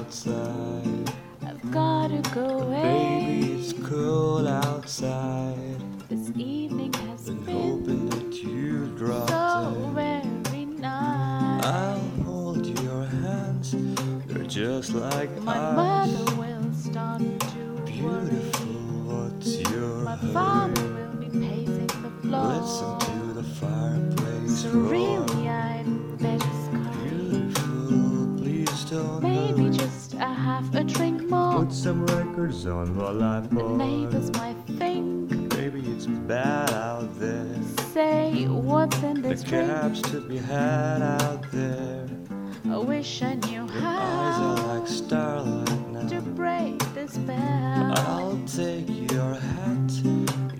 outside. I've gotta go away. Baby, it's cold outside. This evening has Been been hoping that you'd drop so in. very nice. I'll hold your hands. They're just like My ice. mother will start to worry. Beautiful, what's your My hurry? father will be pacing the Listen floor. to the fireplace So roar. really, I'm better scurry. Beautiful, please don't Maybe hurry. just a half a drink more. Put some records on while I'm The neighbors bored. might think, Baby, it's bad out there. say, what's in The this drink? cabs to be had out there. I wish I knew Your eyes are how like starlight to now. break the spell. I'll take your hat.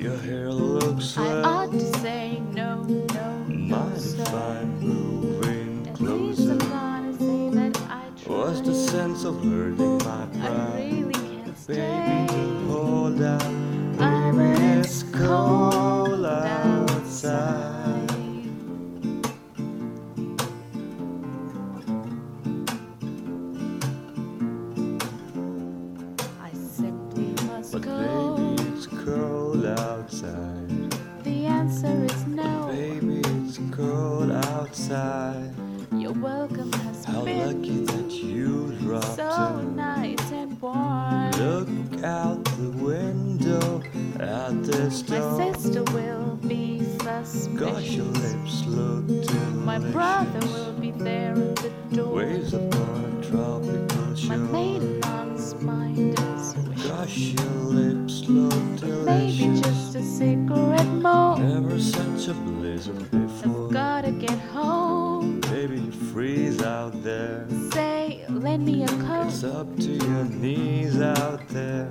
Your hair looks I ought swell. to say no, no, no, Mind if sir. I'm moving At least I'm closer? gonna say that I What's the tried. sense of hurting my I pride? really can't Baby, stay. hold down. I'm Baby, in it's cold outside. outside. I simply must But go. baby, it's cold outside. The answer is no. Baby, it's cold outside. Your welcome has How been lucky that you dropped so in. nice and warm. Look out the window at the My storm. sister will be Gosh, your suspicious. lips look delicious. My brother will be there at the door. Waves upon a tropical My shore. maid aunt's mind is Gosh, wishing. your lips look Maybe delicious. just a cigarette more. Never such a blizzard before. I've gotta get home. Baby, you freeze out there. Say, lend me a It's coat. up to your knees out there.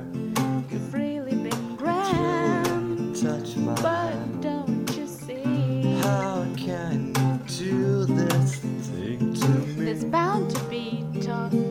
You've really been grand. Children, touch my But hand. don't you see? How can you do this thing to me? There's bound to be talk